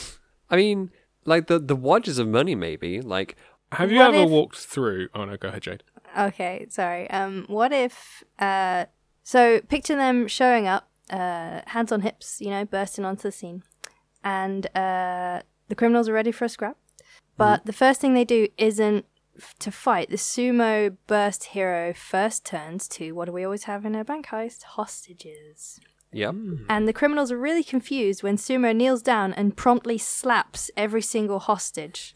S1: I mean, like the the Watchers of Money, maybe like.
S3: Have you
S2: What
S3: ever
S2: if-
S3: walked through? Oh no, go ahead, Jade.
S2: Okay, sorry. Um, what if? Uh, so picture them showing up, uh, hands on hips, you know, bursting onto the scene, and uh, the criminals are ready for a scrap. But the first thing they do isn't f- to fight. The sumo burst hero first turns to what do we always have in a bank heist? Hostages.
S1: Yep.
S2: And the criminals are really confused when Sumo kneels down and promptly slaps every single hostage,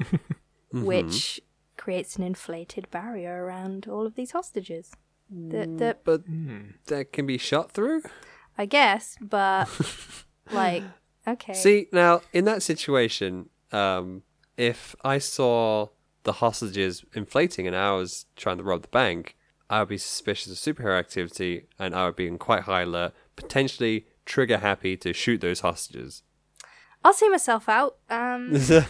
S2: which
S1: Mm-hmm.
S2: creates an inflated barrier around all of these hostages.
S1: Mm.
S2: That, that
S1: but that can be shot through.
S2: I guess,
S1: [LAUGHS]
S2: but like, okay.
S1: See, now in that situation, um, if I saw the hostages inflating and I was trying to rob the bank, I would be suspicious of superhero activity and I would be in quite high alert, potentially trigger happy to shoot those hostages. [LAUGHS]
S2: I'll see myself out. Um,
S1: yeah,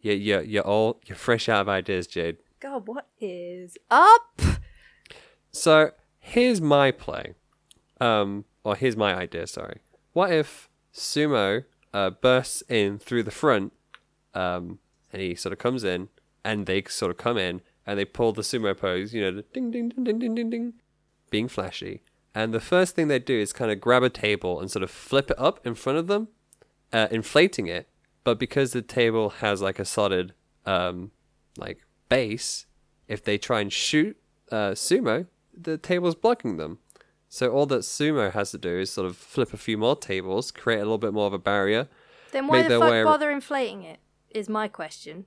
S1: you're, you're all you're fresh out of ideas, Jade.
S2: God, what is up?
S1: So here's my play, um, or here's my idea. Sorry. What if Sumo uh, bursts in through the front, um, and he sort of comes in, and they sort of come in, and they pull the sumo pose, you know, the ding ding ding ding ding ding ding, being flashy. And the first thing they do is kind of grab a table and sort of flip it up in front of them, uh, inflating it. But because the table has like a solid um, like base, if they try and shoot uh, sumo, the table's blocking them. So all that sumo has to do is sort of flip a few more tables, create a little bit more of a barrier,
S2: Then why
S1: Make
S2: the
S1: their
S2: fuck
S1: way ar-
S2: bother inflating it? Is my question.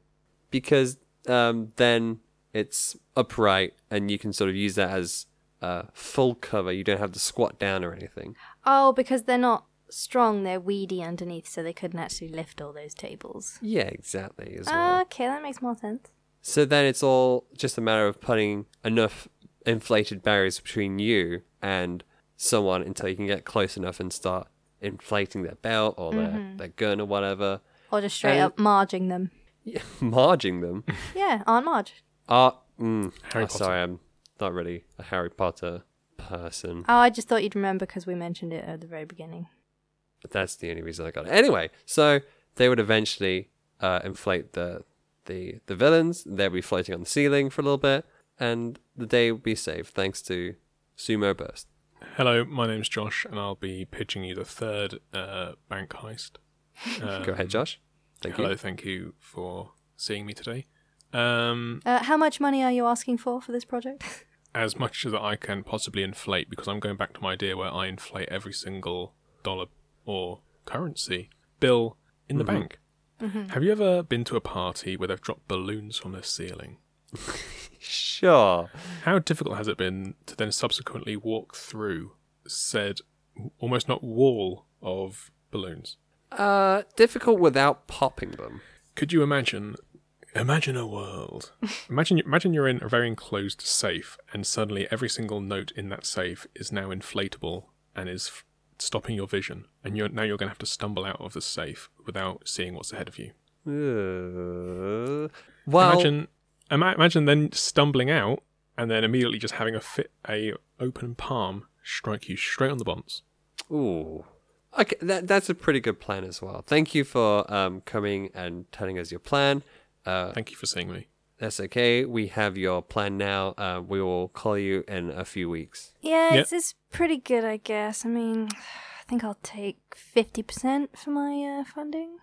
S1: because um, then it's upright and you can sort of use that as uh, full cover. You don't have to squat down or anything.
S2: Oh, because they're not strong; they're weedy underneath, so they couldn't actually lift all those tables.
S1: Yeah, exactly. As well.
S2: Okay, that makes more sense.
S1: So then it's all just a matter of putting enough inflated barriers between you and someone until you can get close enough and start inflating their belt or their, their gun or whatever, [LAUGHS]
S2: Or just straight
S1: Uh,
S2: up marging them.
S1: yeah, marging them.
S2: Yeah, Aunt Marge.
S1: Uh, mm,
S3: Harry
S1: oh, sorry, I'm not really a Harry Potter person.
S2: Oh, I just thought you'd remember because we mentioned it at the very beginning.
S1: But that's the only reason I got it. Anyway, so they would eventually uh, inflate the the the villains. They'd be floating on the ceiling for a little bit, and the day would be saved thanks to Sumo Burst.
S3: Hello, my name's Josh, and I'll be pitching you the third uh, bank heist.
S1: [LAUGHS]
S3: Um,
S1: Go ahead, Josh. Thank
S3: Hello,
S1: you.
S3: thank you for seeing me today. Um,
S2: Uh, how much money are you asking for for this project? [LAUGHS]
S3: as much as I can possibly inflate, because I'm going back to my idea where I inflate every single dollar or currency bill in the bank. Have you ever been to a party where they've dropped balloons from the ceiling?
S1: Sure.
S3: How difficult has it been to then subsequently walk through said almost not wall of balloons?
S1: Uh, difficult without popping them.
S3: Could you imagine? Imagine a world. imagine, imagine you're in a very enclosed safe, and suddenly every single note in that safe is now inflatable and is f- stopping your vision. And you're now you're going to have to stumble out of the safe without seeing what's ahead of you.
S1: Uh, well,
S3: imagine, ima- imagine then stumbling out and then immediately just having a fit, a open palm strike you straight on the bonds.
S1: ooh. Okay, that, that's a pretty good plan as well. Thank you for um, coming and telling us your plan. Uh,
S3: Thank you for seeing me.
S1: that's okay. We have your plan now. Uh, we will call you in a few weeks.
S2: Yeah,
S3: Yeah.
S2: It's, it's pretty good, I guess. I mean, I think I'll take 50% for my uh, funding.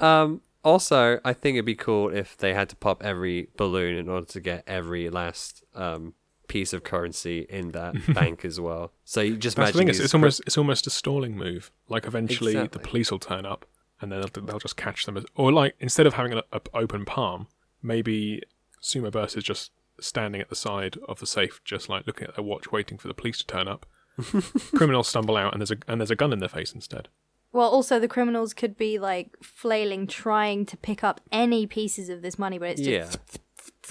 S1: Um, also, I think it'd be cool if they had to pop every balloon in order to get every last um, piece of currency in
S3: [LAUGHS]
S1: that bank as well. So you just
S3: That's
S1: imagine
S3: the thing. It's,
S1: these
S3: it's almost it's almost a stalling move. Like eventually
S1: Exactly.
S3: the police will turn up and then they'll, they'll just catch them. As, or like instead of having an o- open palm, maybe Sumo Burst is just standing at the side of the safe, just like looking at their watch, waiting for the police to
S2: [LAUGHS]
S3: turn up. Criminals stumble out and there's a and there's a gun in their face instead.
S2: Well, also, the criminals could be like flailing, trying to pick up any pieces of this money, but it's just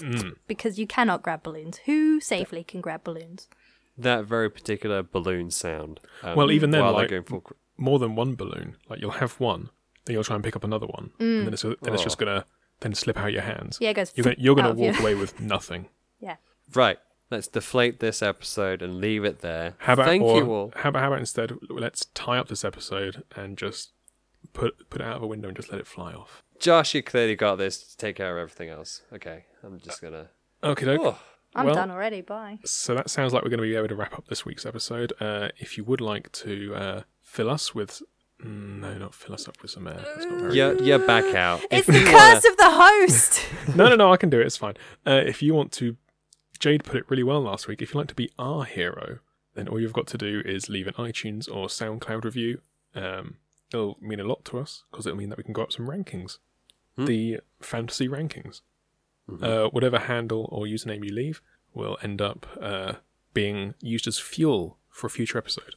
S1: Yeah,
S2: because you cannot grab balloons. Who safely can grab balloons?
S1: that very particular balloon sound. um,
S3: Well, even then,
S1: while they're
S3: like-
S1: going for cr-
S3: More than one balloon. Like you'll have one, then you'll try and pick up another one, and then it's then it's just gonna then slip out your hands.
S2: Mm. Yeah, it goes
S3: You're gonna, you're
S2: out
S3: gonna
S2: of you.
S3: walk
S2: [LAUGHS]
S3: away with nothing.
S2: Yeah.
S1: right. Let's deflate this episode and leave it there.
S3: How about
S1: Thank
S3: or,
S1: you all.
S3: How about, how about instead let's tie up this episode and just put put it out of a window and just let it fly off.
S1: Josh, you clearly got this. Take care of everything else. Okay, I'm just gonna.
S3: Okay, doke.
S1: Oh,
S2: I'm
S3: Well-
S2: done already. Bye.
S3: So that sounds like we're going to be able to wrap up this week's episode. Uh, if you would like to uh, fill us with mm, no, not fill us up with some air. That's not very
S1: you're, you're back out. [LAUGHS]
S2: It's
S1: If
S2: the
S1: you wanna-
S2: curse of the host. [LAUGHS]
S3: [LAUGHS] no, no, no, I can do it. It's fine. Uh, if you want to, Jade put it really well last week. If you'd like to be our hero, then all you've got to do is leave an iTunes or SoundCloud review. Um, it'll mean a lot to us because it'll mean that we can go up some rankings, the fantasy rankings. Uh, whatever handle or username you leave will end up uh, being used as fuel for a future episode,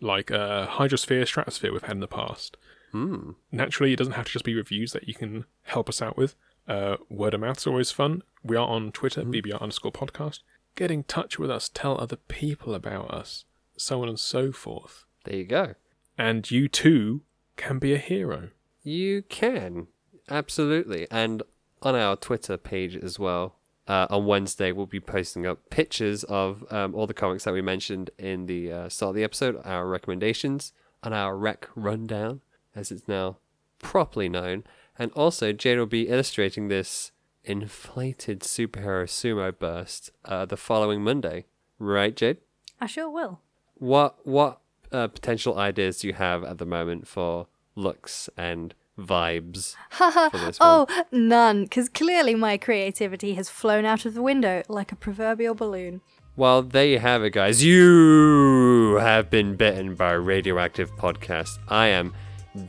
S3: like uh, Hydrosphere, Stratosphere we've had in the past
S1: Hmm,
S3: naturally it doesn't have to just be reviews that you can help us out with uh, word of mouth is always fun we are on twitter bbr underscore podcast get in touch with us tell other people about us so on and so forth
S1: there you go.
S3: and you too can be a hero
S1: You can. Absolutely. And on our Twitter page as well, uh, on Wednesday, we'll be posting up pictures of um, all the comics that we mentioned in the uh, start of the episode, our recommendations, and our rec rundown, as it's now properly known. And also, Jade will be illustrating this inflated superhero sumo burst uh, the following Monday. Right, Jade?
S2: I sure will.
S1: what what uh, potential ideas do you have at the moment for looks and vibes for this
S2: Oh,
S1: one?
S2: none, because clearly my creativity has flown out of the window like a proverbial balloon.
S1: Well, there you have it, guys. You have been bitten by a radioactive podcast. I am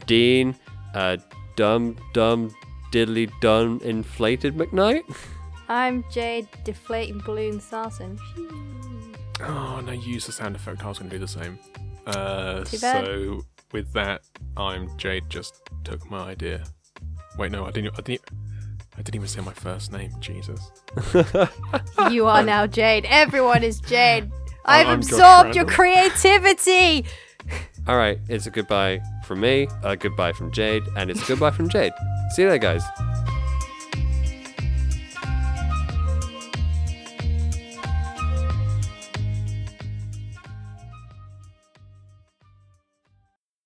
S1: Dean, uh, dumb, dumb, diddly, dun, inflated McKnight.
S2: I'm Jade deflating balloon sarsen.
S3: oh no use the sound effect i was going to do the same uh,
S2: Too bad.
S3: so with that i'm jade just took my idea wait no i didn't i didn't i didn't even say my first name jesus
S2: You
S3: [LAUGHS]
S2: are now Jade. Everyone is Jade. I've
S3: I'm Josh
S2: absorbed your
S3: Randall.
S2: creativity.
S1: All right, it's a goodbye from me, a goodbye from Jade, and it's a goodbye from Jade. See you there, guys.